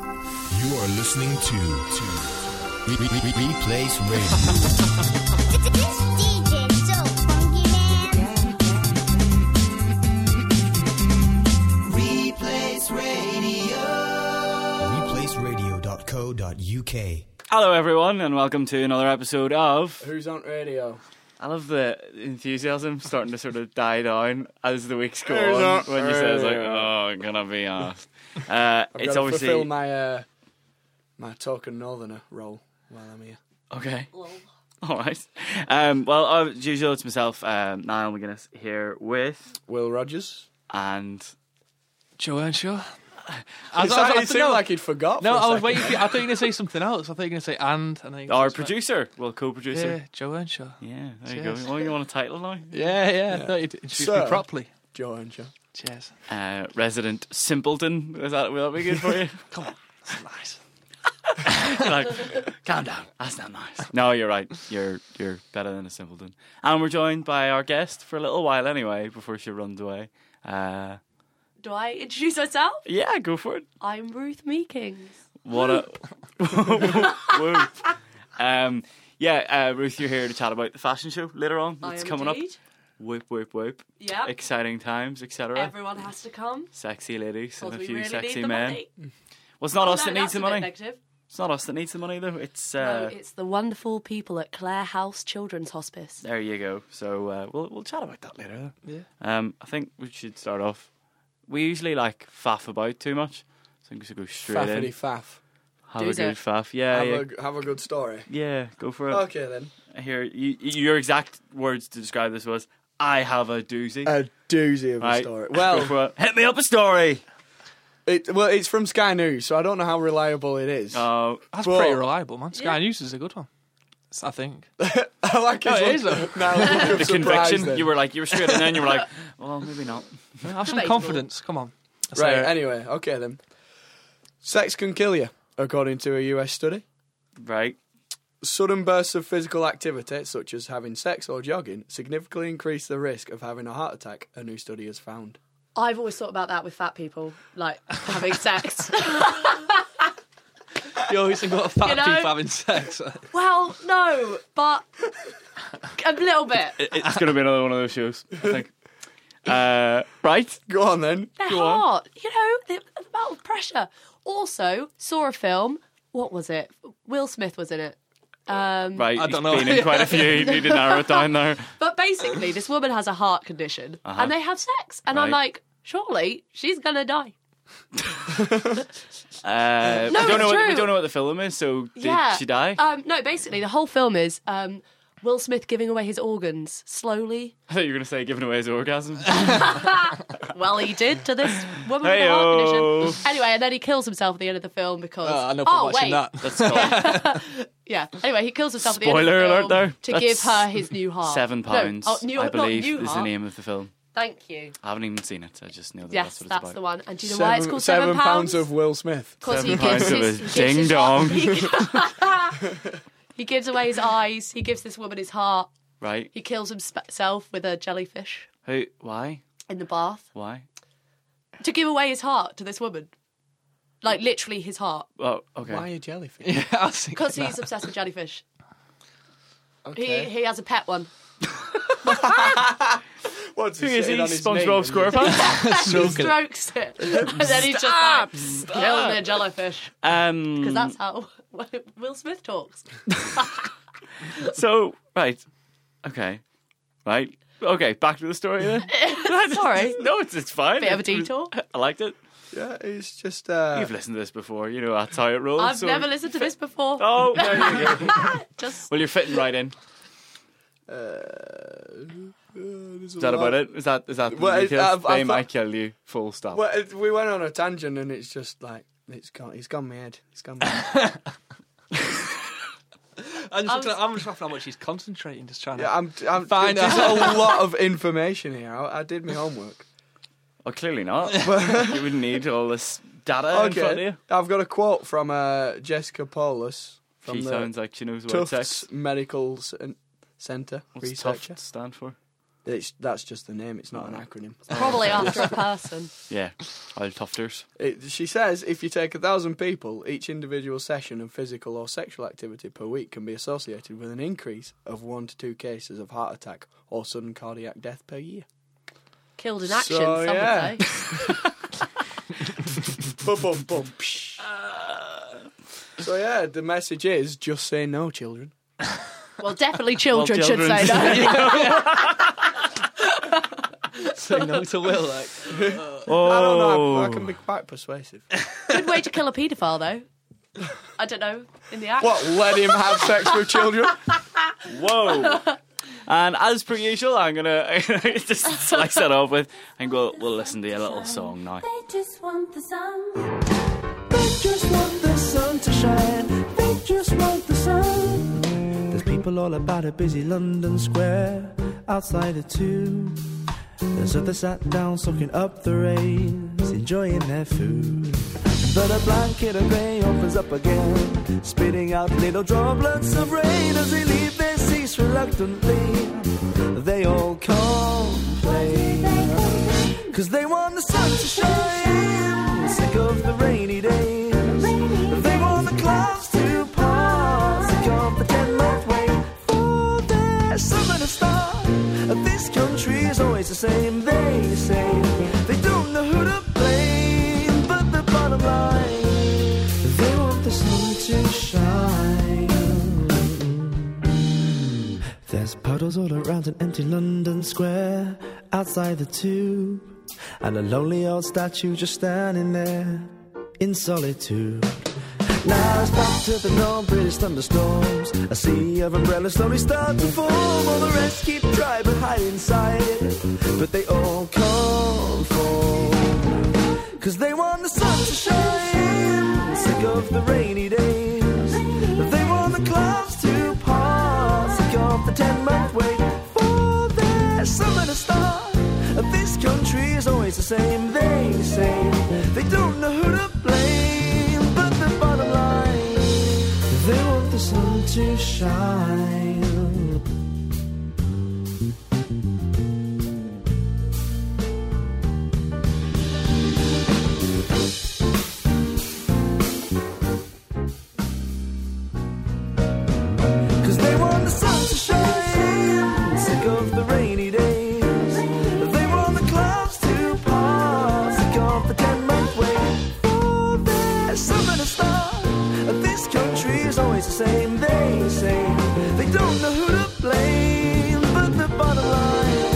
You are listening to, to Re- Re- Re- Re- Replays Radio. DJ so funky man. ReplaysRadio.co.uk. Hello, everyone, and welcome to another episode of. Who's on radio? I love the enthusiasm starting to sort of die down as the weeks go Who's on. on When you say it's like, radio? "Oh, I'm gonna be asked," uh, I've it's gotta fulfil obviously my uh, my talking northerner role while I'm here. okay. All right. Um, well, uh, as usual, it's myself, um, Niall McGuinness, here with Will Rogers. and Joanne Shaw. I I thought- I thought, thought- it seemed no. like he'd forgot. No, for a I was second. waiting. For, I thought you were going to say something else. I thought you were going to say and, and then you our just went, producer, well, co-producer. Yeah, Joanne Shaw. Yeah, there you Cheers. go. Well, you want a title now? Yeah, yeah. I thought you'd introduce So- me properly. Joe and Joe. Cheers. Uh, resident simpleton. Is that will that be good for you? Come on, that's nice. like, calm down. That's not nice. No, you're right. You're you're better than a simpleton. And we're joined by our guest for a little while anyway, before she runs away. Uh, Do I introduce myself? yeah, go for it. I'm Ruth Meekings. What a whoop. Um, yeah, uh, Ruth, you're here to chat about the fashion show later on. I It's am coming indeed. up. Whoop whoop whoop. Yeah. Exciting times, etc. Everyone has to come sexy ladies and because a we uh, few really sexy need the men. money. Oh, Well, it's not us No, that needs that's the a bit money. Negative. It's not us that needs the money though. It's uh, no, it's the wonderful people at Clare House Children's Hospice. There you go. So uh, we'll we'll chat about that later. Yeah. Um, I think we should start off. We usually like faff about too much. I think we should go straight Faffity in. faff. Have a Do's good it. faff. Yeah, Have, yeah, a, have a good story. yeah. Go for it. Okay then. Here, you, your exact words to describe this was, "I have a doozy." A doozy of a Right. story. Go Well, for it. hit me up a story. it, well, it's from Sky News, so I don't know how reliable it is. Oh, That's Well- pretty reliable, man. Sky Yeah. News is a good one. It's- I think. I like his Oh, it look- is, though. now look of the surprise conviction. then. You were like, you were straight, and then you were like, "Well, maybe not." Have some Debatable. confidence. Come on. That's right. it. Anyway, okay then. Sex can kill you, according to a US study. Right. Sudden bursts of physical activity, such as having sex or jogging, significantly increase the risk of having a heart attack, a new study has found. I've always thought about that with fat people, like having sex. You always think about fat You know- people having sex. well, no, but a little bit. It- It's going to be another one of those shows. I think. Uh, right. Go on then. They're Go on. hard, you know, the, the amount of pressure. Also, saw a film. What was it? Will Smith was in it. Mm. Um, Right. I he's don't know. Been in quite a few. You need to narrow it down there. But basically, this woman has a heart condition and they have sex. And I'm Uh-huh. Right. like, surely she's going to die. Uh, No, we don't it's know. What, we true. don't know what the film is. So did yeah. she die? Um, no, basically, the whole film is um, Will Smith giving away his organs slowly. I thought you were going to say giving away his orgasm. Well, he did to this woman with a heart Heyo. condition. Anyway, and then he kills himself at the end of the film because. Uh, Ah, I know from oh, watching wait. that. That's called Yeah. Anyway, he kills himself at the Spoiler end alert of the film there. to That's give her his new heart. Seven No, Pounds. oh, new, I not believe new is the heart. name of the film. Thank you. I haven't even seen it. I just know that Yes, that's that's, what it's the about. one. And do you know why it's called seven seven, pounds of Will Smith. Because he Seven gives pints of his, his he gives his ding heart- he gives away his eyes. He gives this woman his heart. Right? He kills himself with a jellyfish Who? Why? in the bath Why? to give away his heart to this woman. Like literally his heart, Well, okay. Why a jellyfish? yeah, I was thinking because that. he's obsessed with jellyfish. Okay. He he has a pet one. What's Who he is he? sitting on his SpongeBob knee and SquarePants. he strokes it, and then he just like, kills the jellyfish um. because that's how Will Smith talks. So right. Okay. Right. Okay. Back to the story then. Sorry, no, it's it's fine. bit of a It was- detour. I liked it. Yeah, he's just. Uh, You've listened to this before. You know that's how it rolls. I've so- never listened to this before. Oh, there you go. Just well, you're fitting right in. Is that about it? Is that is that Well, the it- details? I've- they I've might thought- kill you. Full stop. Well, it, we went on a tangent, and it's just like it's gone. It's gone mad. It's gone mad. I'm just, I was- looking at, I'm just laughing how much he's concentrating, just trying to. yeah, I'm. I'm Find there's a lot of information here. I, I did my homework. Oh, clearly not. you would need all this data in front of Okay, you. I've got a quote from uh, Jessica Paulus from She the sounds like she knows what Tufts sex. Medical Cen- Centre What's researcher. Tufts stand for? It's, that's just the name. It's not an acronym. Probably after a person. Yeah, I'll tofters. It, she says if you take a thousand people, each individual session of physical or sexual activity per week can be associated with an increase of one to two cases of heart attack or sudden cardiac death per year. Killed in action, So, some yeah. would say. Bum, bum, bum, psh. so yeah, the message is just say no, children. Well, definitely children, children. should say no. Say no to Will. Like, Oh, I don't know. I, I can be quite persuasive. Good way to kill a paedophile, though. I don't know, in the act. what? Let him have sex with children? Whoa. And as per usual, I'm gonna, I'm gonna just slice that off with, and we'll we'll listen to a little song now. They just want the sun. They just want the sun to shine. They just want the sun. There's people all about a busy London square outside the two. There's others sat down soaking up the rays, enjoying their food. But a blanket of grey opens up again, spitting out little droplets of rain as they leave their seats reluctantly. They all complain. Cause they want the sun to shine, sick of the rainy days. They want the clouds to pass, sick of the ten month wait for their summer to start. This country is always the same, they say. They don't know who to blame, but the bottom line, they want the sun to shine. There's puddles all around an empty London square outside the tube, and a lonely old statue just standing there in solitude. Now it's back to the norm, British thunderstorms. A sea of umbrellas slowly start to form. All the rest keep dry but hide inside it, but they all conform. Cause they want the sun to shine, sick of the rainy days. They want the clouds to pass, sick of the ten month wait for their summer to start. This country is always the same, they say. They don't know who to blame, but the bottom line, they want the sun to shine. Cause they want the sun to shine, sick of the rainy days. They want the clouds to pass, sick of the ten month wait for their summer to start. This country is always the same, they say. They don't know who to blame, but the bottom line.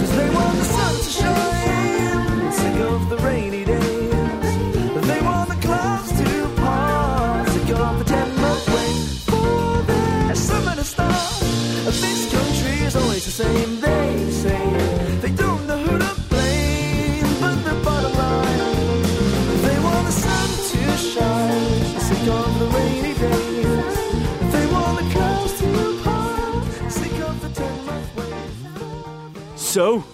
Cause they want the sun to shine, sick of the rainy days. They want the clouds to pass, sick of the ten month wait for their summer to start. This country is always the same, they say. They don't know who to blame, but the bottom line, they want the sun to shine, sick of the rainy days. They want the clouds to pass, sick of the ten month wait. So,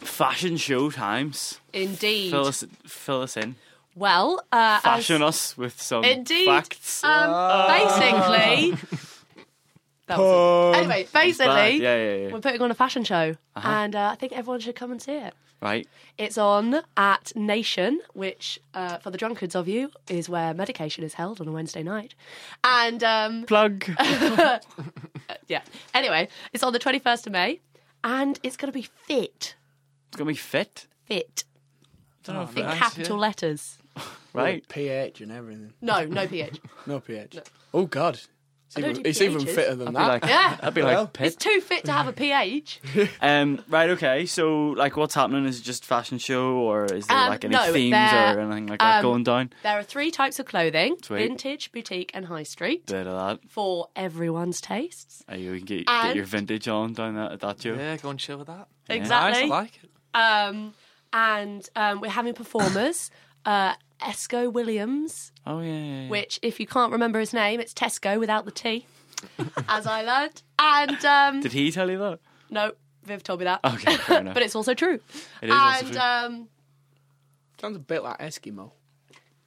fashion show times. Indeed. Fill us, fill us in. Well, uh, as- Fashion us with some Indeed. facts. Ah. Um, basically, that was it. anyway. Bad. Basically, Yeah, yeah, Uh-huh. yeah. we're putting on a fashion show, and uh, I think everyone should come and see it. Right. It's on at Nation, which, uh, for the drunkards of you, is where medication is held on a Wednesday night. And um, Plug. yeah, anyway, it's on the 21st of May, and it's going to be fit, It's gonna be fit. fit don't know in capital letters. Right. pH and everything. No, no pH. No pH. Oh God. It's don't even, do it's even PHs. fitter than Be that. like, Yeah. That'd be Well. like pit. It's too fit to have a pH. Um, right, okay. So, like, what's happening? Is it just fashion show, or is there Um, like any no, themes there- or anything like that um, going down? There are three types of clothing Sweet. vintage, boutique, and high street Bit of for everyone's tastes. that. Uh, you can get, And- get your vintage on down that at that show. Yeah, go and chill with that. Exactly. Nice, I like it. Um, and um, we're having performers. uh, Esco Williams, Oh yeah. yeah, yeah. which, if you can't remember his name, it's Tesco without the T, as I learned. And um, Did he tell you that? no, Viv told me that. Okay, fair enough. but it's also true. It is also and true. um, Sounds a bit like Eskimo.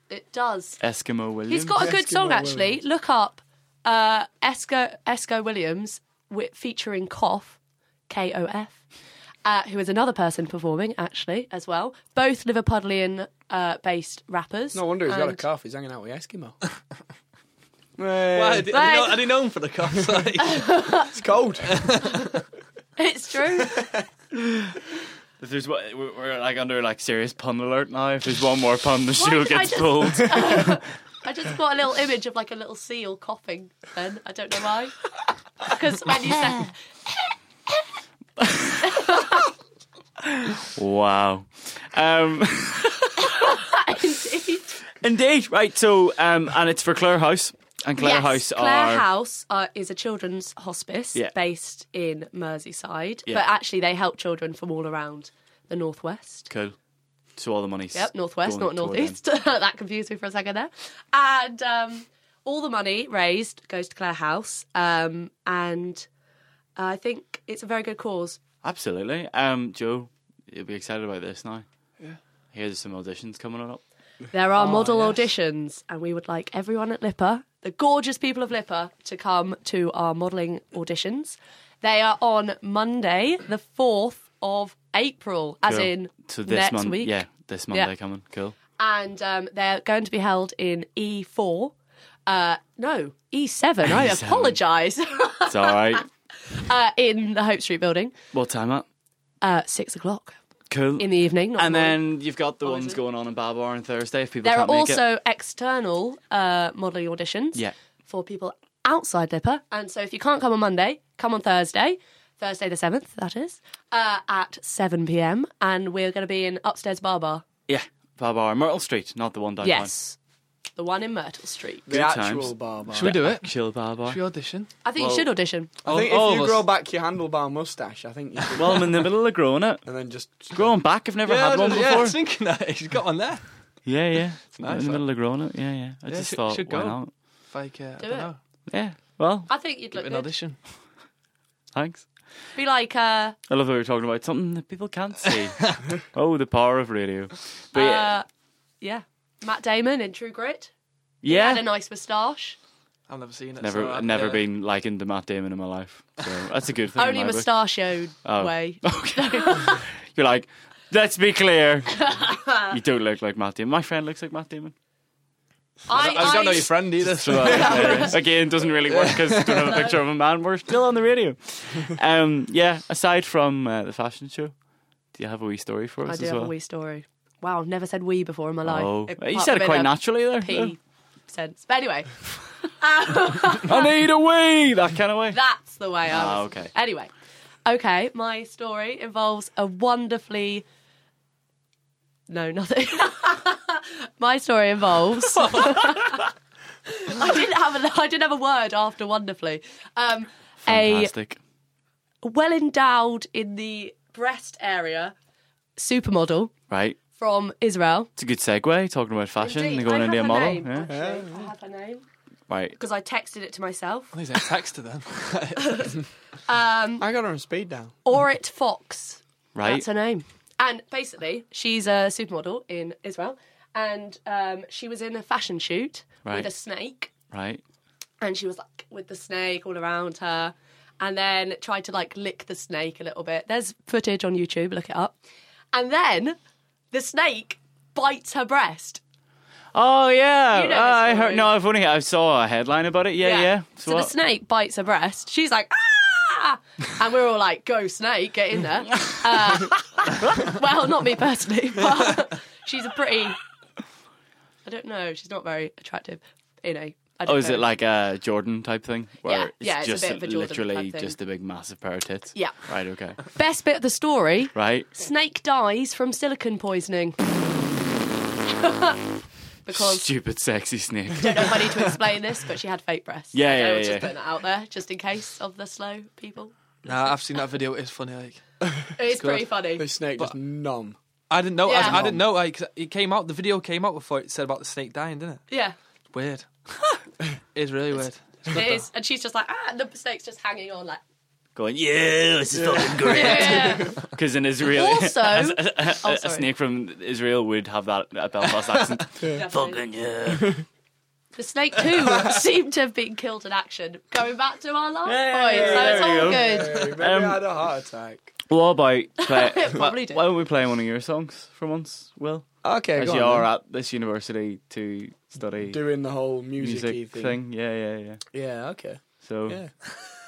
it does. Eskimo Williams. He's got a good Eskimo song, actually. Williams. Look up uh, Esco, Esco Williams wi- featuring Cough. K O F, uh, who is another person performing actually as well. Both Liverpudlian uh, based rappers. No wonder he's got a and- cough. He's hanging out with Eskimo. Hey, Why? Had he, known, Right. had he known for the cops? Like, it's cold. It's true. If there's one, we're, we're like under like serious pun alert now. If there's one more pun, the shoe did I gets just- pulled. I just got a little image of like a little seal coughing. Then I don't know why. Because when you said wow. Um, indeed, indeed, right. So, um, and it's for Clare House and Clare yes, House Clare are House uh, is a children's hospice Yeah. based in Merseyside, Yeah. but actually they help children from all around the northwest. cool. So all the money's Yep, northwest, going not toward northeast. that confused me for a second there. And um, all the money raised goes to Clare House, um, and uh, I think it's a very good cause. them. Absolutely. Um, Joe, you'll be excited about this now. Yeah. Here's some auditions coming on up. There Oh are model auditions, and we would like everyone at Lipper, the gorgeous people of Lipper, to come to our modelling auditions. They are on Monday, the 4th of April, as Cool. in so this next Mon- week. Yeah, this Monday coming. Cool. And um, they're going to be held in E4. Uh, no, E7. I E7. apologise. It's all right. uh, in the Hope Street building what time at? at six o'clock Cool. in the evening. Not and the morning. then you've got the is ones it? going on in Babar on Thursday if people there are can't make it. also external uh, modelling auditions Yeah. for people outside Lipper. And so if you can't come on Monday, come on Thursday. Thursday the 7th, that is, uh, at 7 pm. And we're going to be in Upstairs Bar Bar. Yeah, Babar, Myrtle Street, not the one downtown. Yes. The one in Myrtle Street. the Good actual times. barber. Should we do it? Chill Babar. Should we audition? I think you should audition. I think All- all if you of grow us. back your handlebar mustache, I think you should. Well, I'm in the middle of growing it. and then just Growing back, I've never had one yeah, I before. was thinking that. He's got one there. Yeah, yeah. nice, in the that. middle of growing it. Yeah, yeah. I Yeah, just should- thought, should why go. not? If I, can- I Do don't it. know. Yeah. Well, I think you'd Give look it an good. audition. thanks. Be like, uh, I love that we were talking about something that people can't see. oh, the power of radio. But yeah, uh, yeah, Matt Damon in True Grit. Had a yeah. nice moustache. I've never seen it. never, so uh, I- I've never yeah. been likened to Matt Damon in my life. So that's a good thing. in Only my book. mustachioed Oh. way. Okay. You're like, let's be clear. you don't look like Matt Damon. My friend looks like Matt Damon. I, I don't know your friend either. So, uh, again, doesn't really work because don't have a picture of a man. We're still on the radio. Um, yeah. Aside from uh, the fashion show, do you have a wee story for us I do as have well? a wee story. Wow, I've never said we before in my life. Oh, Apart you said it from in quite a naturally there. P sense. But anyway, I need a wee. That kind of way. that's the way I was. Ah, okay. Anyway, okay, my story involves a wonderfully. No, nothing. my story involves. I didn't have a. I didn't have a word after wonderfully. Um, a Fantastic. well endowed in the breast area supermodel Right. from Israel. It's a good segue talking about fashion Indeed, and going I into a have her model. name, Yeah. actually. I have her name Right. because I texted it to myself. He's a text to them. I got her on speed down. Orit Fox. Right. That's her name. And basically, she's a supermodel in Israel, and um, she was in a fashion shoot Right. with a snake, Right. and she was like with the snake all around her, and then tried to like lick the snake a little bit. There's footage on YouTube. Look it up. And then the snake bites her breast. Oh yeah. You know Ah, the I heard. story. No, I've only I saw a headline about it. Yeah, yeah. So the what? snake bites her breast. She's like, ah! And we're all like, go snake, get in there. Uh, well, not me personally, but she's a pretty. I don't know. She's not very attractive. You know. I don't Oh, is know. it like a Jordan type thing? Where Yeah, it's yeah, it's a just bit of a Jordan literally type thing. just a big massive pair of tits. Yeah. Right, okay. best bit of the story? Right. Snake dies from silicon poisoning. because Stupid sexy snake. I don't know if I need to explain this, but she had fake breasts. Yeah, So yeah, we're yeah, Just yeah. putting that out there, just in case of the slow people. Nah, I've seen that video. It's funny. Like It's pretty good. funny. This snake just numb. I didn't know. I- Yeah. I, didn't know. Like 'cause it came out. The video came out before it said about the snake dying, didn't it? Yeah. Weird. it's really weird. It is, and she's just like, ah, and the snake's just hanging on, like. Going, yeah, this is fucking great. Because in Israel, Also, a, oh, a sorry. snake from Israel would have that a Belfast accent. Definitely. fucking yeah. The snake too seemed to have been killed in action. Going back to our last Hey, point, so there it's we all go. good. Hey, maybe Um, I had a heart attack. What about play, Probably did. why don't we play one of your songs for once, Will? Okay, As go you on are then. at this university to study doing the whole music music thing. thing. Yeah, yeah, yeah. Yeah, okay. So Yeah.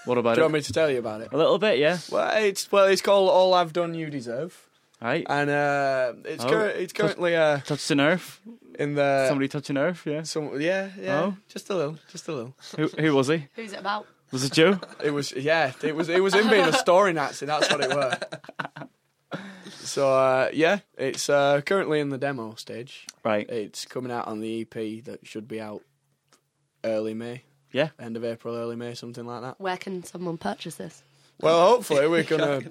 what about Do you it? want me to tell you about it? A little bit, yeah. Well, it's well, it's called "All I've Done You Deserve," Right. and uh, it's Oh. cur- it's currently uh, Touch the nerve. in the Somebody touch a nerve, yeah. some yeah yeah Oh. just a little just a little. Who, who was he? Who's it about? Was it Joe? It was yeah it was it was him being a story Nazi. That's what it was. So uh, yeah, it's uh, currently in the demo stage. right. It's coming out on the EP that should be out early May. Yeah. End of April, early May, something like that. Where can someone purchase this? Well, hopefully uh, we're gonna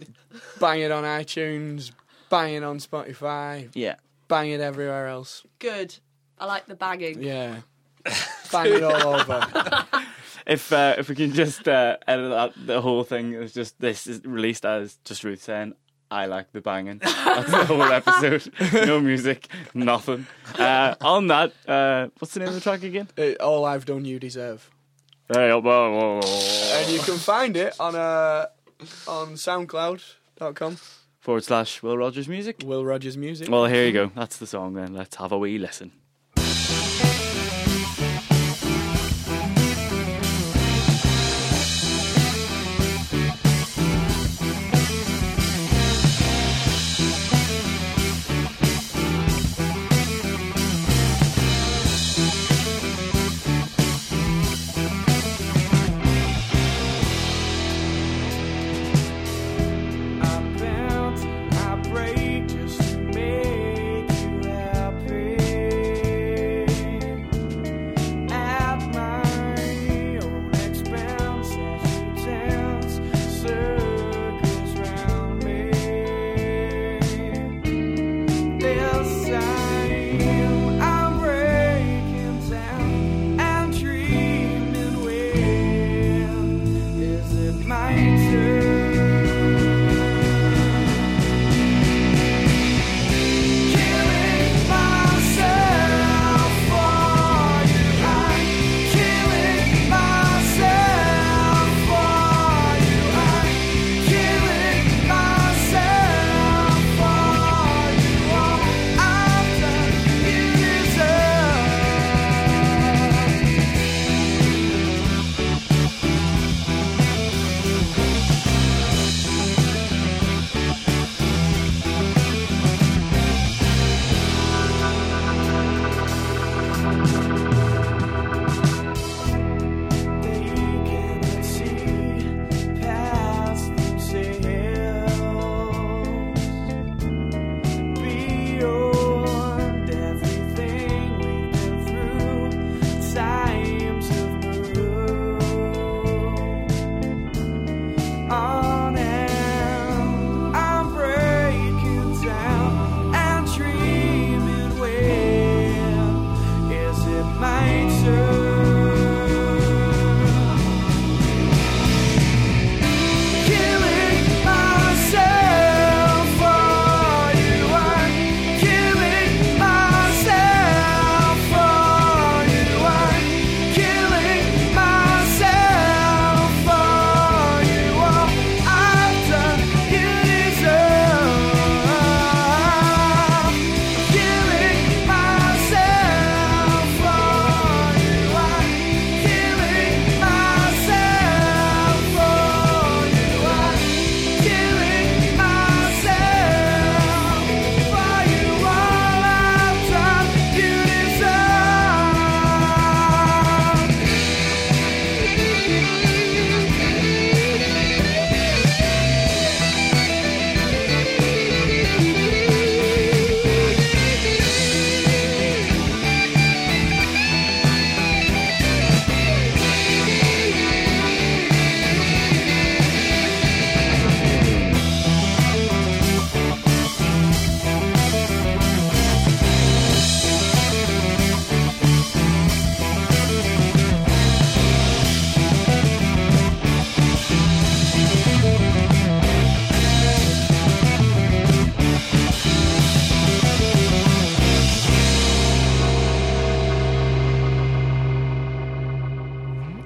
bang it on iTunes, bang it on Spotify, Yeah. bang it everywhere else. Good. I like the bagging. Yeah. Bang it all over. If uh, if we can just uh, edit that, the whole thing is just this is released as just Ruth saying I like the banging. That's the whole episode. No music, nothing. Uh, on that, uh, what's the name of the track again? It, all I've done, you deserve. Hey, oh, whoa, whoa, whoa. And you can find it on uh, on SoundCloud.com. Forward slash Will Rogers music. Will Rogers Music. Well, here you go. That's the song. Then let's have a wee listen. Is it my turn? Killing myself for you, I'm killing myself for you, I'm killing oh, myself for you. All I've done, you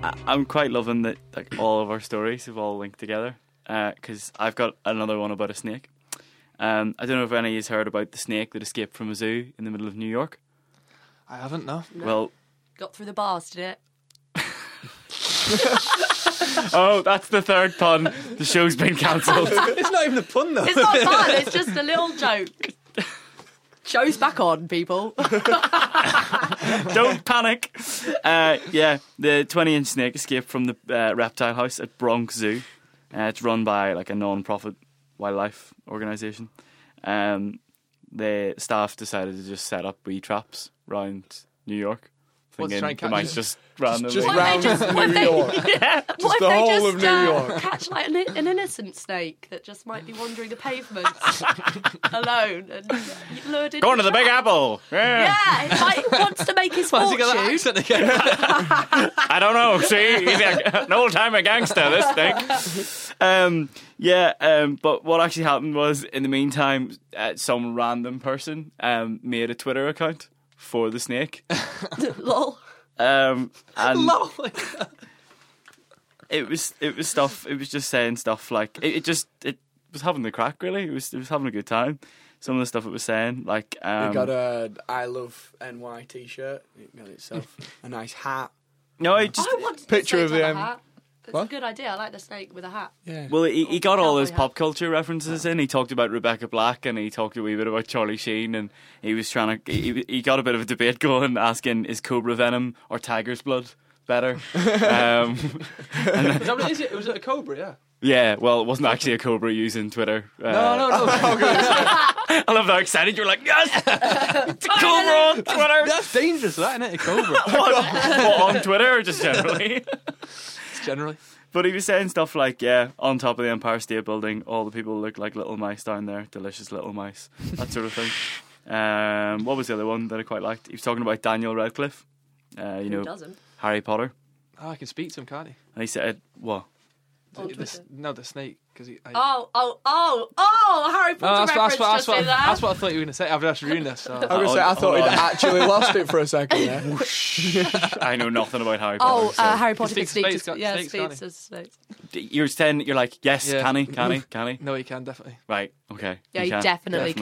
I- I'm quite loving that like all of our stories have all linked together because I've got another one about a snake. Um, I don't know if any of you heard about the snake that escaped from a zoo in the middle of New York. I haven't, no. Well, Got through the bars, did it? oh, that's the third pun. The show's been cancelled. It's not even a pun though. It's not fun. It's just a little joke. Show's back on, people. Don't panic. Uh, yeah, the 20 inch snake escaped from the uh, reptile house at Bronx Zoo. Uh, it's run by like a non profit wildlife organisation. Um, the staff decided to just set up wee traps round New York. Well, to Thinking try and they catch might it. just randomly. Just What round New if they just- what if they- York. what if the they whole just of New uh, York. catch like an, an innocent snake that just might be wandering the pavements alone and lured into Going to the a Big trap? Apple. Yeah. Yeah, it might, wants to make his Why's he fortune. got that accent again? I don't know. See, he's a, an old timer gangster. This thing. Um, yeah, um, but what actually happened was, in the meantime, uh, some random person um, made a Twitter account for the snake, Lol. um, and Lol. it was it was stuff. It was just saying stuff like it, it just it was having the crack. Really, it was it was having a good time. Some of the stuff it was saying, like um, It got a I love NY T-shirt. It got itself a nice hat. no, it just I wanted Picture the of snake to have the, a um, hat. It's a what? good idea. I like the snake with a hat. Yeah. Well, he, Oh, he got all those Cowboy hat. pop culture references in. He talked about Rebecca Black and he talked a wee bit about Charlie Sheen, and he was trying to. He, he got a bit of a debate going, asking is Cobra Venom or Tiger's Blood better? um, Is that what it is? It was a cobra, yeah. yeah, well, it wasn't actually a Cobra using Twitter. Uh, Oh, No, no, no. I love how excited you're like, yes! It's a Cobra on Twitter! That's dangerous, that, isn't it? A cobra, what, what, on Twitter or just generally? generally. But he was saying stuff like, yeah, on top of the Empire State Building, all the people look like little mice down there, delicious little mice, that sort of thing. Um, what was the other one that I quite liked? He was talking about Daniel Radcliffe, uh, you Who know, doesn't? Harry Potter. Oh, I can speak to him, can't he? And he said, what? On The- the s- Oh, Twitter. no, the snake. Cause he, I, Oh, oh, oh, oh! Harry No, Potter that's, what, reference that's, what, that's, just what, in there. that's what I thought you were going to say. I've just ruined this. So. I was gonna say I Hold- thought hold he'd on. actually lost it for a second there. I know nothing about Harry Potter. Oh, uh, so- Harry Potter can Snakes, speak snakes, to can't- yeah, snakes, speaks can't to snakes. You're saying, you're like, yes, Yeah. can he, can he, can he? No, he can definitely. Right. Okay. Yeah, you definitely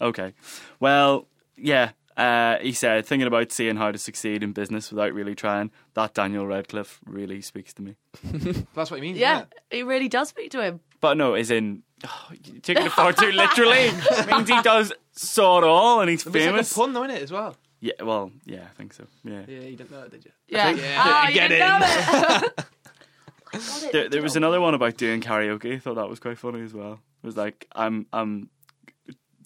Okay. Well, yeah. Uh, he said, thinking about seeing how to succeed in business without really trying, that Daniel Radcliffe really speaks to me. That's what he means. Yeah, isn't it? he really does speak to him. But no, as in, oh, you're taking it far too literally. It means he does sort of all and he's But It's like famous. a pun, though, isn't it, as well? yeah, well, yeah, I think so. Yeah. Yeah, you didn't know it, did you? Yeah, Yeah. Ah, you Get didn't in. know it. I got it. There, there was another one about doing karaoke. I thought that was quite funny as well. It was like, I'm, I'm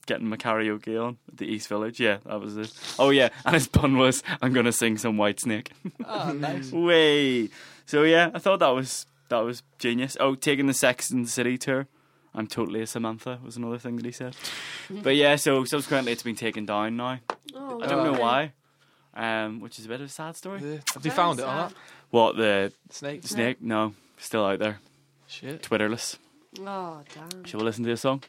getting my karaoke on at the East Village. Yeah, that was it. Oh, yeah. And his pun was, I'm going to sing some White Snake. Oh, nice. Way. So, yeah, I thought that was that was genius. Oh, taking the Sex and the City tour. I'm totally a Samantha was another thing that he said. But yeah, so subsequently it's been taken down now. Oh, I don't Oh. know why. Um, which is a bit of a sad story. Yeah. Have you found it or not? What the Snake. snake? No, still out there, Shit. Twitterless. Oh, damn. Shall we listen to a song?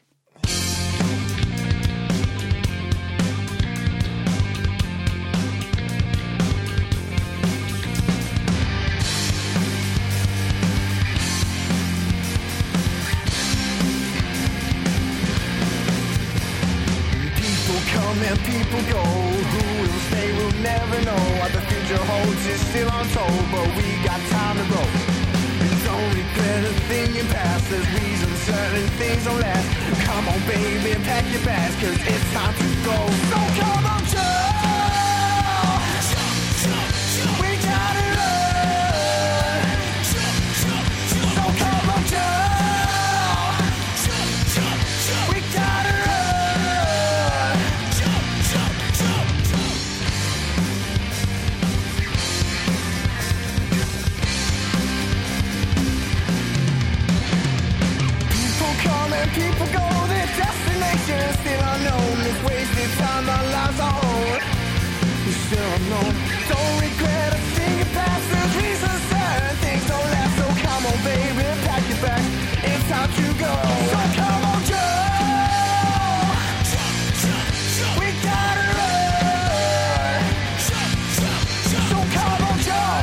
People come and people go. Who will stay? We'll never know. What the future holds is still untold, but we got time to grow. And don't regret a thing in past. There's reasons certain things don't last. Come on, baby, pack your bags, cause it's time to go. So come on, child. We gotta learn. So come on, child. We gotta learn. People come and people go, their destination is still unknown. It's wasted time, our lives are old. It's still unknown. Don't regret a thing it passes. Reasons certain things don't last. So come on, baby, pack your bags. It's time to go. So come on, Joe. We gotta run. So come on, Joe.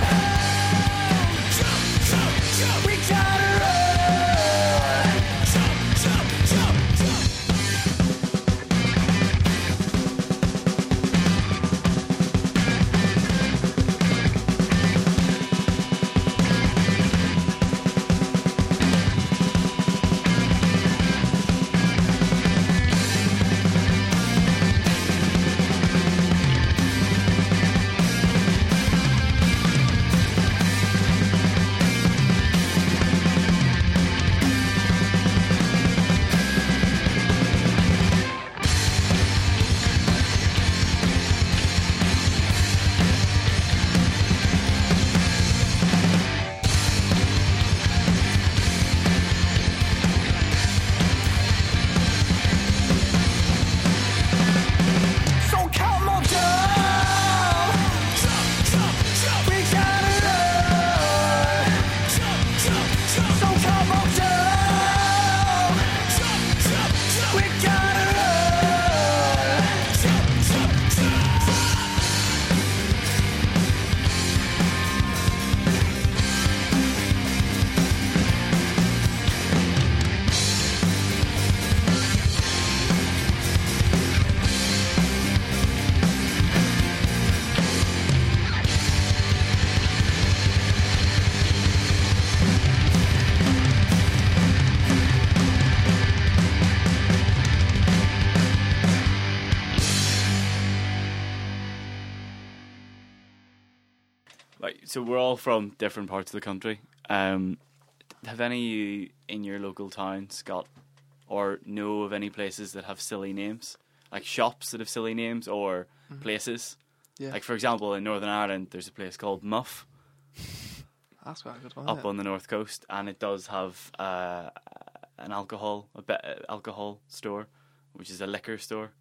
Right, so we're all from different parts of the country. Um, have any of you in your local towns got or know of any places that have silly names? Like shops that have silly names or Mm-hmm. places? Yeah. Like, for example, in Northern Ireland, there's a place called Muff That's quite a good one. up on the north coast, and it does have uh, an alcohol a be- uh, alcohol store, which is a liquor store.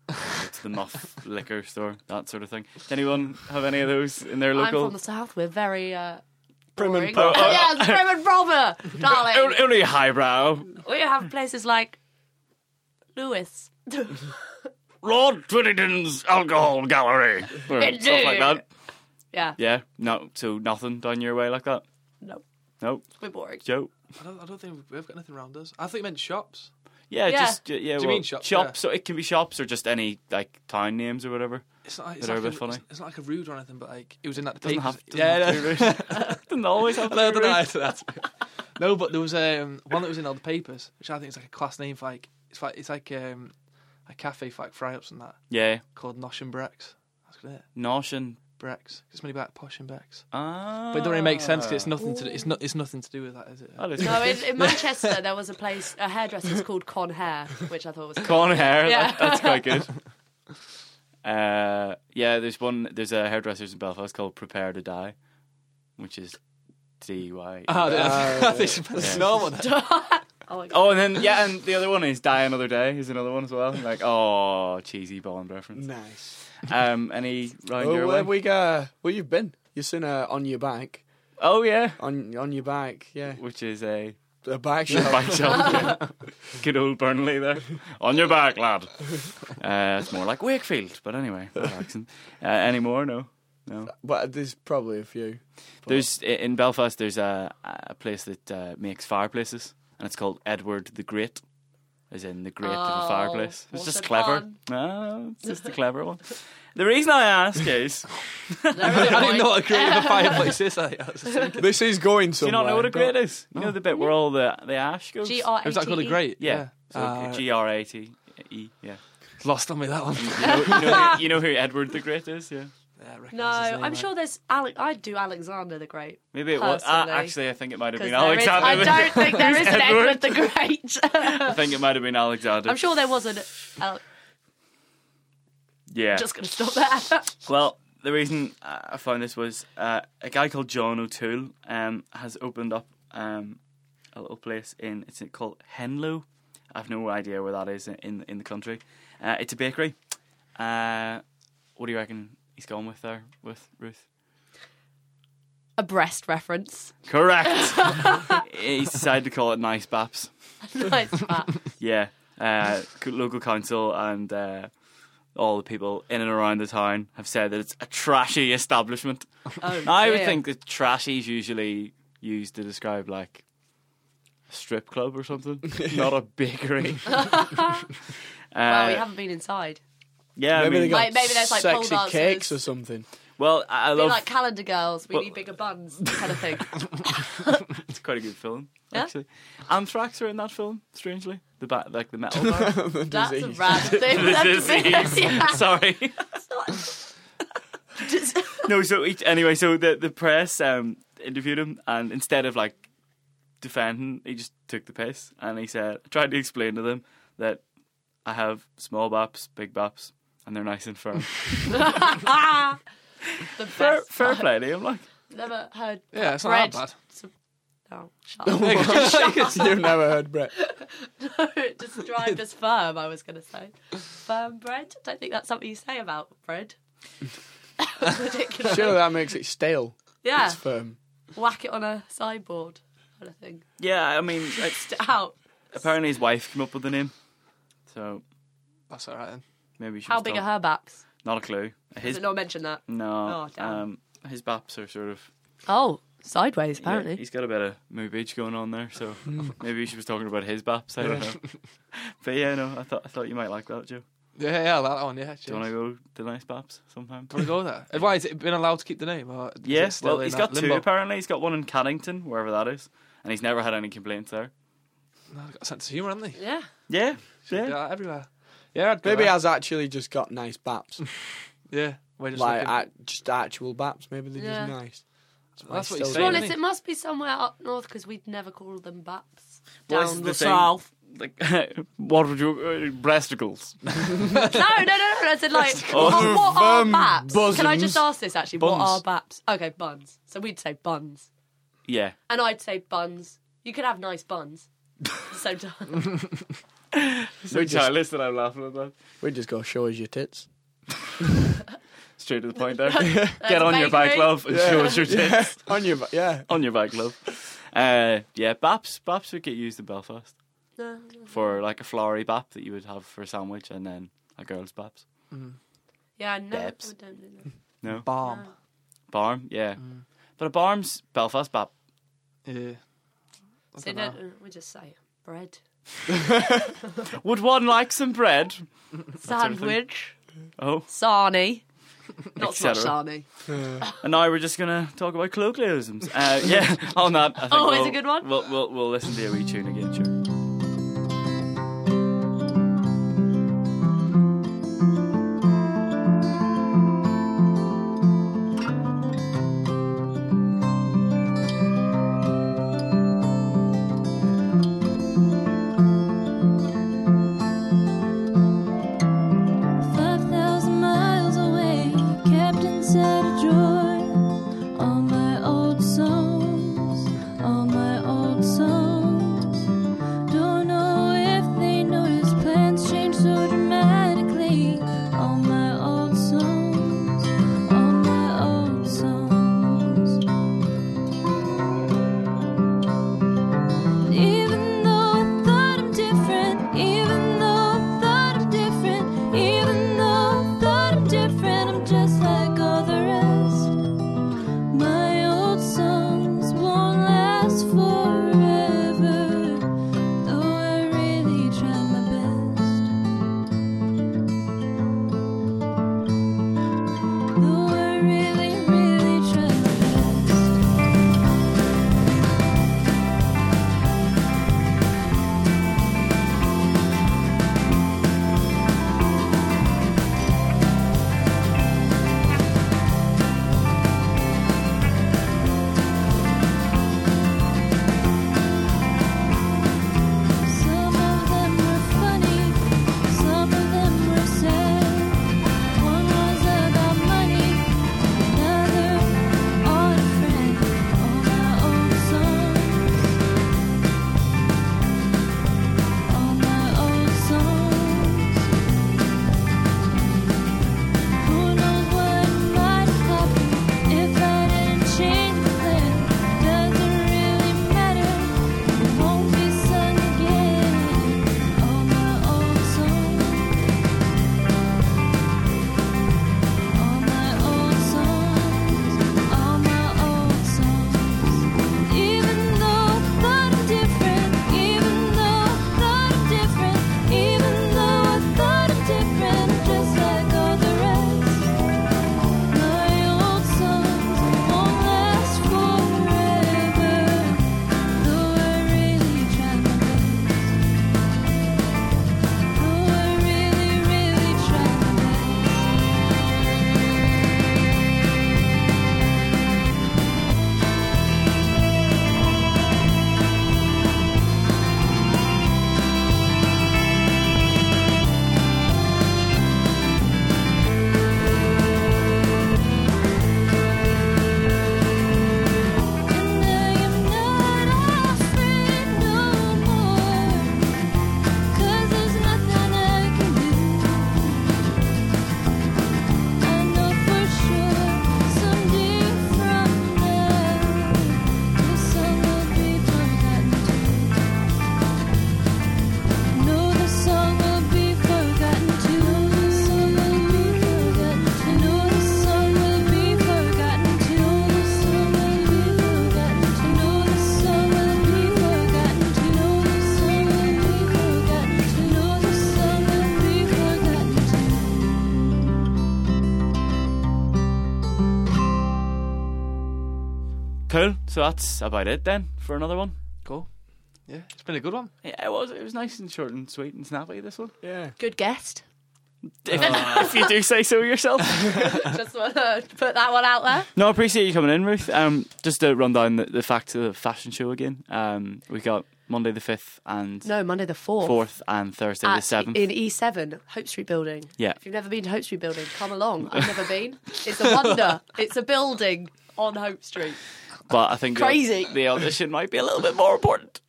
it's the Muff liquor store, that sort of thing. Does anyone have any of those in their I'm local? from the south. We're very uh, Prim and boring. pro- yes, prim and proper, darling. Only- Only highbrow. we have places like Lewis. Lord Twittington's Alcohol Gallery. Or Indeed. Stuff like that. Yeah, Yeah. No. So nothing down your way like that. no, Nope. we're boring. Joe. I don't, I don't think we've got anything around us. I thought you meant shops. Yeah, Yeah. Just yeah. well, mean shops? Shops. So it can be shops or just any like town names or whatever. It's not. It's That are like a bit funny. It's, it's not like a rude or anything, but like it was in that. Doesn't papers. have. Doesn't yeah, have to be rude. doesn't always have. To no, be no, rude. no, that's- no, but there was um, one that was in all the papers, which I think is like a class name for like it's like it's like um, a cafe for like fry ups and that Yeah. called Nosh and Brex. That's good. It Nosh and Brex. It's mainly about posh and Bex, ah. but it don't really make sense because it's nothing to do, it's not it's nothing to do with that, is it? That is No, in, in Manchester there was a place, a hairdresser's called Con Hair, which I thought was cool. Corn hair. Yeah. That, that's quite good. Uh, yeah, there's one. There's a hairdresser's in Belfast called Prepare to Die, which is D Y. E. Ah, yeah. This is normal. Oh my god, Oh, and then yeah, and the other one is "Die Another Day" is another one as well. Like, oh, cheesy Bond reference. Nice. Oh, Um, any round Well, your where way? we go? Where you been? You seen uh, on your bike? Oh yeah, On on your bike? Yeah, which is a a bike shop. bike shop. yeah. Good old Burnley there. On your back, lad. Uh, it's more like Wakefield, but anyway, relaxing. Uh, any more? No, no. But there's probably a few. There's i- in Belfast. There's a, a place that uh, makes fireplaces, and it's called Edward the Great, as in the great of Oh, a fireplace. It's what's just it clever. on? No, it's just a clever one. The reason I ask is, I didn't know what a great of a fireplace is. I, I was just thinking. This is do going you somewhere. not know what a grate is? You No. know the bit where all the the ash goes. G R A T E. was that called a great? yeah, Uh, G R A T E. Yeah, lost on me that one. you know, you, know who, you know who Edward the Great is. Yeah, Yeah, I recognise No, his name, I'm like- sure there's Alec. I'd do Alexander the Great. maybe it was. Uh, Personally. actually, I think it might have 'cause been there is- Alexander. the- I don't think there is an Edward? Edward the Great. I think it might have been Alexander. I'm sure there was an. Alec. Yeah. Just gonna stop there. Well, the reason uh, I found this was uh, a guy called John O'Toole um, has opened up um, a little place in it's called Henlow. I've no idea where that is in in, in the country. Uh, it's a bakery. Uh, what do you reckon he's gone with there with Ruth? a breast reference. Correct. he's decided to call it Nice Baps. nice fat. Yeah, uh, co- local council and uh, all the people in and around the town have said that it's a trashy establishment. Oh, I would dear. think that trashy is usually used to describe like a strip club or something, not a bakery. Well, we Uh, haven't been inside. yeah, I Maybe they mean, got Like, maybe there's, like, pole sexy dancers. cakes or something. well, I I Be love like calendar girls. We Well- need bigger buns, kind of thing. it's quite a good film Yeah? actually. Anthrax are in that film, strangely. The ba- like the metal band. That's a disease. random thing. the for them to disease. be- Yeah. Sorry. Just- no, so each, anyway, so the the press um, interviewed him, and instead of like defending, he just took the piss, and he said, tried to explain to them that I have small baps, big baps, and they're nice and firm. the fair, best. fair play to him, like Never heard. Yeah, it's not bread. that Oh, shut up. You've never heard Brett. described as firm, I was going to say. Firm bread? Don't think that's something you say about bread. Ridiculous. Surely that makes it stale. Yeah, It's firm. whack it on a sideboard kind of thing. yeah, I mean, like, Just out. apparently his wife came up with the name, so bad. That's all right then. maybe she How big are her backs? Not a clue. Does His it not mention that? no, Oh, damn. um, his baps are sort of Oh, sideways, Yeah, he's got a bit of Moo Beach going on there, so maybe she was talking about his baps. I don't know. but yeah, no, I thought I thought you might like that, Joe. Yeah, yeah, that one. Yeah, Do you want to go to nice baps sometime? to go there? And Why has it been allowed to keep the name? Or is it Yes, still well, in he's that got two limbo? apparently. He's got one in Caddington, wherever that is, and he's never had any complaints there. No, they've got a sense of humour, haven't they? Yeah. Yeah, Yeah, yeah. everywhere. Yeah, I'd go Maybe there. has actually just got nice baps, Yeah, we're just like looking- act- just actual baps. Maybe they're Yeah. just nice. That's what still he's do. saying. Well, isn't it's, he? it must be somewhere up north because we'd never call them baps. Well, it's Down the the same- south. Like, what would you. Uh, breasticles. No, no, no, no. I said like, what, are- what are firm baps? Can I bosoms. just ask this actually? What Buns. are baps? Okay, buns. So we'd say buns, Yeah. and I'd say buns. You could have nice buns. At the same time. So childish that I'm laughing at that. We just go show us your tits. Straight to the point there. Get on your bakery. bike, love, and show us your tits. On your ba- yeah. on your bike, love. Uh, yeah, baps. Baps would get used in Belfast No. for like a flowery bap that you would have for a sandwich, and then a girl's baps. yeah, no, I Babs. don't do that. No Bomb. barm, yeah. But a barm's Belfast bap. Yeah. I So don't know. don't- we just say bread Would one like some bread? sandwich, Oh, sarnie. Not so much Et sarnie. and now we're just gonna talk about colloquialisms. Uh, yeah, on that. I think Always Oh, a we'll- good one. We'll, we'll we'll listen to a wee tune again, sure. Five thousand miles away, kept inside a drawer. All my old songs, all my old songs. Don't know if they notice plans change so dramatically. All my old songs, all my old songs. Even though I thought I'm different, even though I thought I'm different, even though I thought I'm different, I'm just like all the rest. My old songs won't last forever, though I really tried my best. Though I really, really tried my best. Some of them were funny, some of them were sad. One was about money, another on a friend, all my old songs, all my old songs. Who knows what might happen if I didn't change the plan? Doesn't really matter. Won't be sun again. All my old songs. All my old songs. All my old songs. Even though I thought I'm different. Even though I thought I'm different. Even though I thought I'm different, I'm just like all the rest. My old songs won't last forever. Though I really try my best. Though I really, really try my best. And I am not a friend no more. 'Cause there's nothing I can do. I know for sure someday from now the sun will be forgotten too. No, the song will be forgotten too. The song will be forgotten. I know the song will be forgotten too. The song will be forgotten. I know the song will be forgotten too. The song will be forgotten. I know the song will be forgotten too. Cool. So that's about it then for another one. Cool. Yeah, it's been a good one. Yeah, it was. It was nice and short and sweet and snappy. This one. Yeah. Good guest. If, Uh. if you do say so yourself. Just want to put that one out there. No, I appreciate you coming in, Ruth. Um, just to run down the, the facts of the fashion show again. Um, we got Monday the 5th and No, Monday the 4th. 4th and Thursday at- the 7th. In E7, Hope Street Building. Yeah. If you've never been to Hope Street Building, come along. I've never been. It's a wonder. it's a building on Hope Street. but I think the- Crazy. The, audition might be a little bit more important.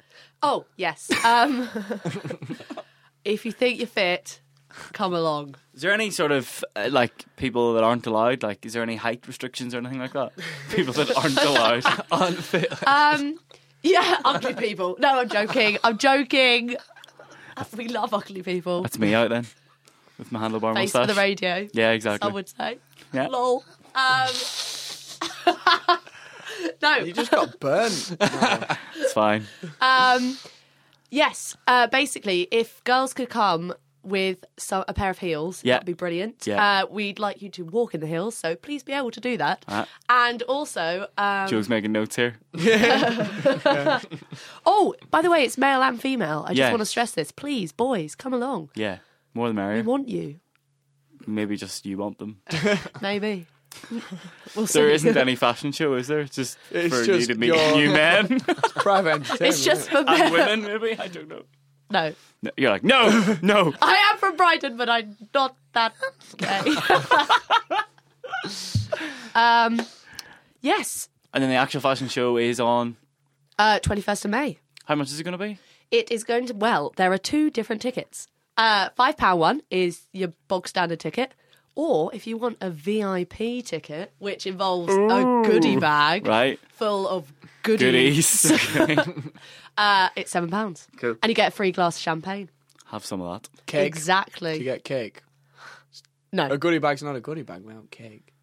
Oh, yes. Um, if you think you're fit, come along. Is there any sort of uh, like people that aren't allowed? Like, is there any height restrictions or anything like that? people that aren't allowed. Um, yeah, ugly people. No, I'm joking. I'm joking. We love ugly people. That's me out then, with my handlebar Face for mustache. the radio, Yeah, exactly. I would say. Yeah. Lol. Um, no. You just got burnt. It's fine. Um, yes, uh, basically, if girls could come with some, a pair of heels, Yeah. that'd be brilliant. Yeah. Uh, we'd like you to walk in the heels, so please be able to do that. All right. And also, um, Joe's making notes here. oh, by the way, it's male and female. I just Yeah. want to stress this. Please, boys, come along. Yeah, more the We merrier. want you, Maybe just you want them. maybe. we'll see. There isn't any fashion show, is there? It's just It's for just you to meet your- new men Private entertainment. It's just for and men. women. Maybe I don't know. No. No, you're like no, no. I am from Brighton, but I'm not that gay. um, yes, And then the actual fashion show is on. uh, 21st of May. How much is it going to be? It is going to, well, there are two different tickets. Uh, £5 one is your bog standard ticket. Or if you want a VIP ticket, which involves a goodie bag Right, full of goodies, goodies. Okay. Uh, it's £7. pounds. Cool. And you get a free glass of champagne. Have some of that. cake. Exactly. You get cake. no, A goodie bag's not a goodie bag without cake.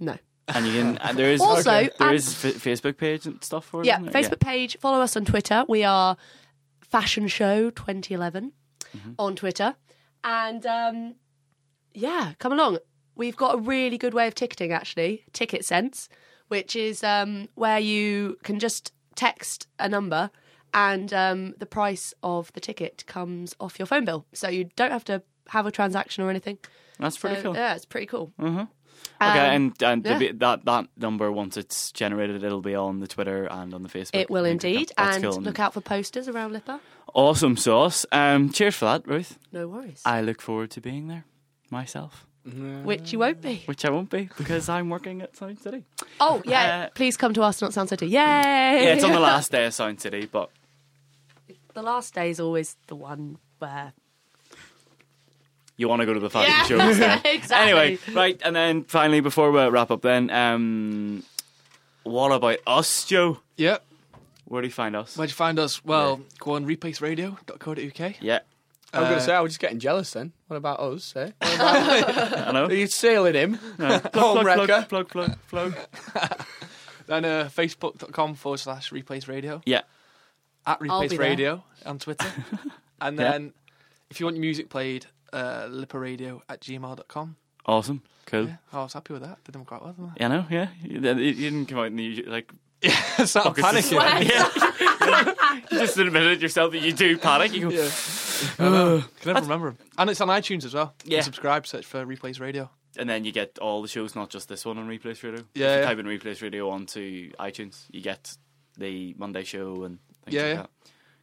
no. And you can. And there is Also, there is and- a fa- Facebook page and stuff for it. Yeah, isn't there? Facebook page. Follow us on Twitter. We are Fashion Show 2011 Mm-hmm. on Twitter. And um, yeah, come along. We've got a really good way of ticketing, actually, Ticket Sense, which is um, where you can just text a number and um, the price of the ticket comes off your phone bill. So you don't have to have a transaction or anything. That's pretty So, cool. Mm-hmm. Yeah, it's pretty cool. Okay, Uh, Um, and, and yeah. the, that that number once it's generated, it'll be on the Twitter and on the Facebook. It will and everything. indeed. That's And cool. look out for posters around Lipper. Awesome sauce. Um, cheers for that, Ruth. No worries. I look forward to being there myself, Which you won't be. which I won't be because I'm working at Sound City. Oh yeah! Uh, Please come to us, not Sound City. Yay! Yeah, it's on the last day of Sound City, but The last day is always the one where. you want to go to the fashion show. instead. exactly. Anyway, right, and then finally, before we wrap up, then, um, what about us, Joe? Yep. Where do you find us? Where'd you find us? Well, go on replaceradio.co.uk. Yeah, I was going Uh, to say, I was just getting jealous then. What about us, eh? What I know. about- Are you sailing him? Plug, Home plug, wrecker. plug, plug, plug. Then uh, facebook.com forward slash replaceradio. Yeah. At I'll be there. replaceradio on Twitter. and Yeah. then if you want your music played, uh, lipperadio at gmail.com. Awesome. Cool. Yeah, I was happy with that. Did them quite well, didn't Yeah, I know. Yeah, you, you didn't come out in the usual, like. I? Start Fuck, it's panicking. You just admitted yourself that you do panic. You go, Yeah. I know. Can never remember 'em. And it's on iTunes as well. You Yeah. subscribe, search for Replays Radio. and then you get all the shows, not just this one on Replace Radio. Yeah, if you yeah. type in Replace Radio onto iTunes, you get the Monday show and things Yeah, like yeah. that.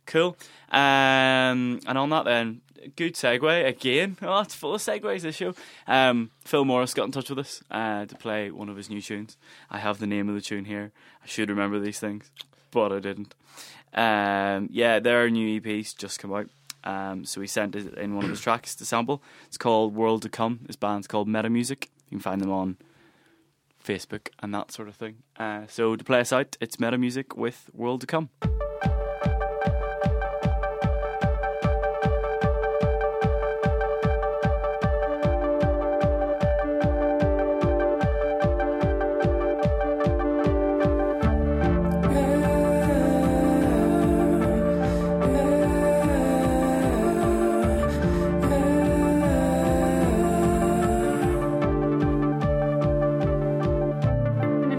Cool. Um, and on that then, good segue again. Oh, it's full of segues this show. Um, Phil Morris got in touch with us uh, to play one of his new tunes. I have the name of the tune here. I should remember these things, but I didn't. Um, yeah, their new EP's just come out. Um, so he sent it in one of his tracks to sample. It's called World to Come. His band's called Meta Music. You can find them on Facebook and that sort of thing. Uh, so to play us out, it's Meta Music with World to Come.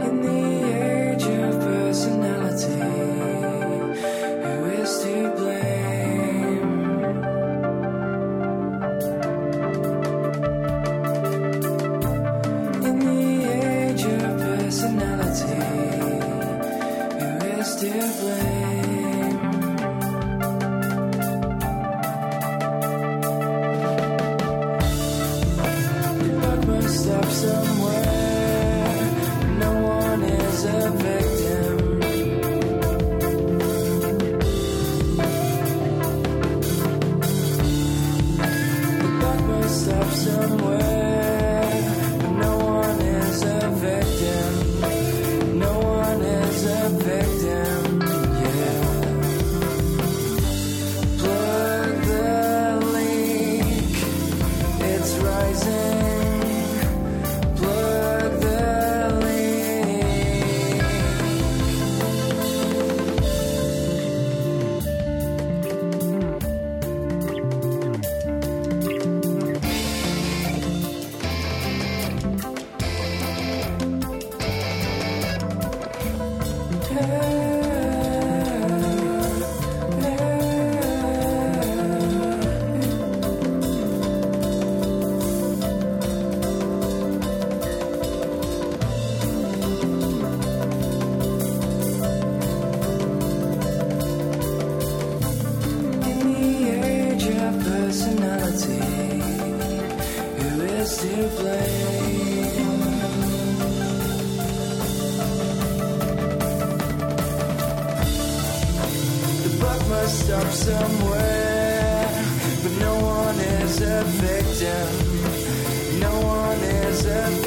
In the age of personality, stop somewhere, but no one is a victim. No one is a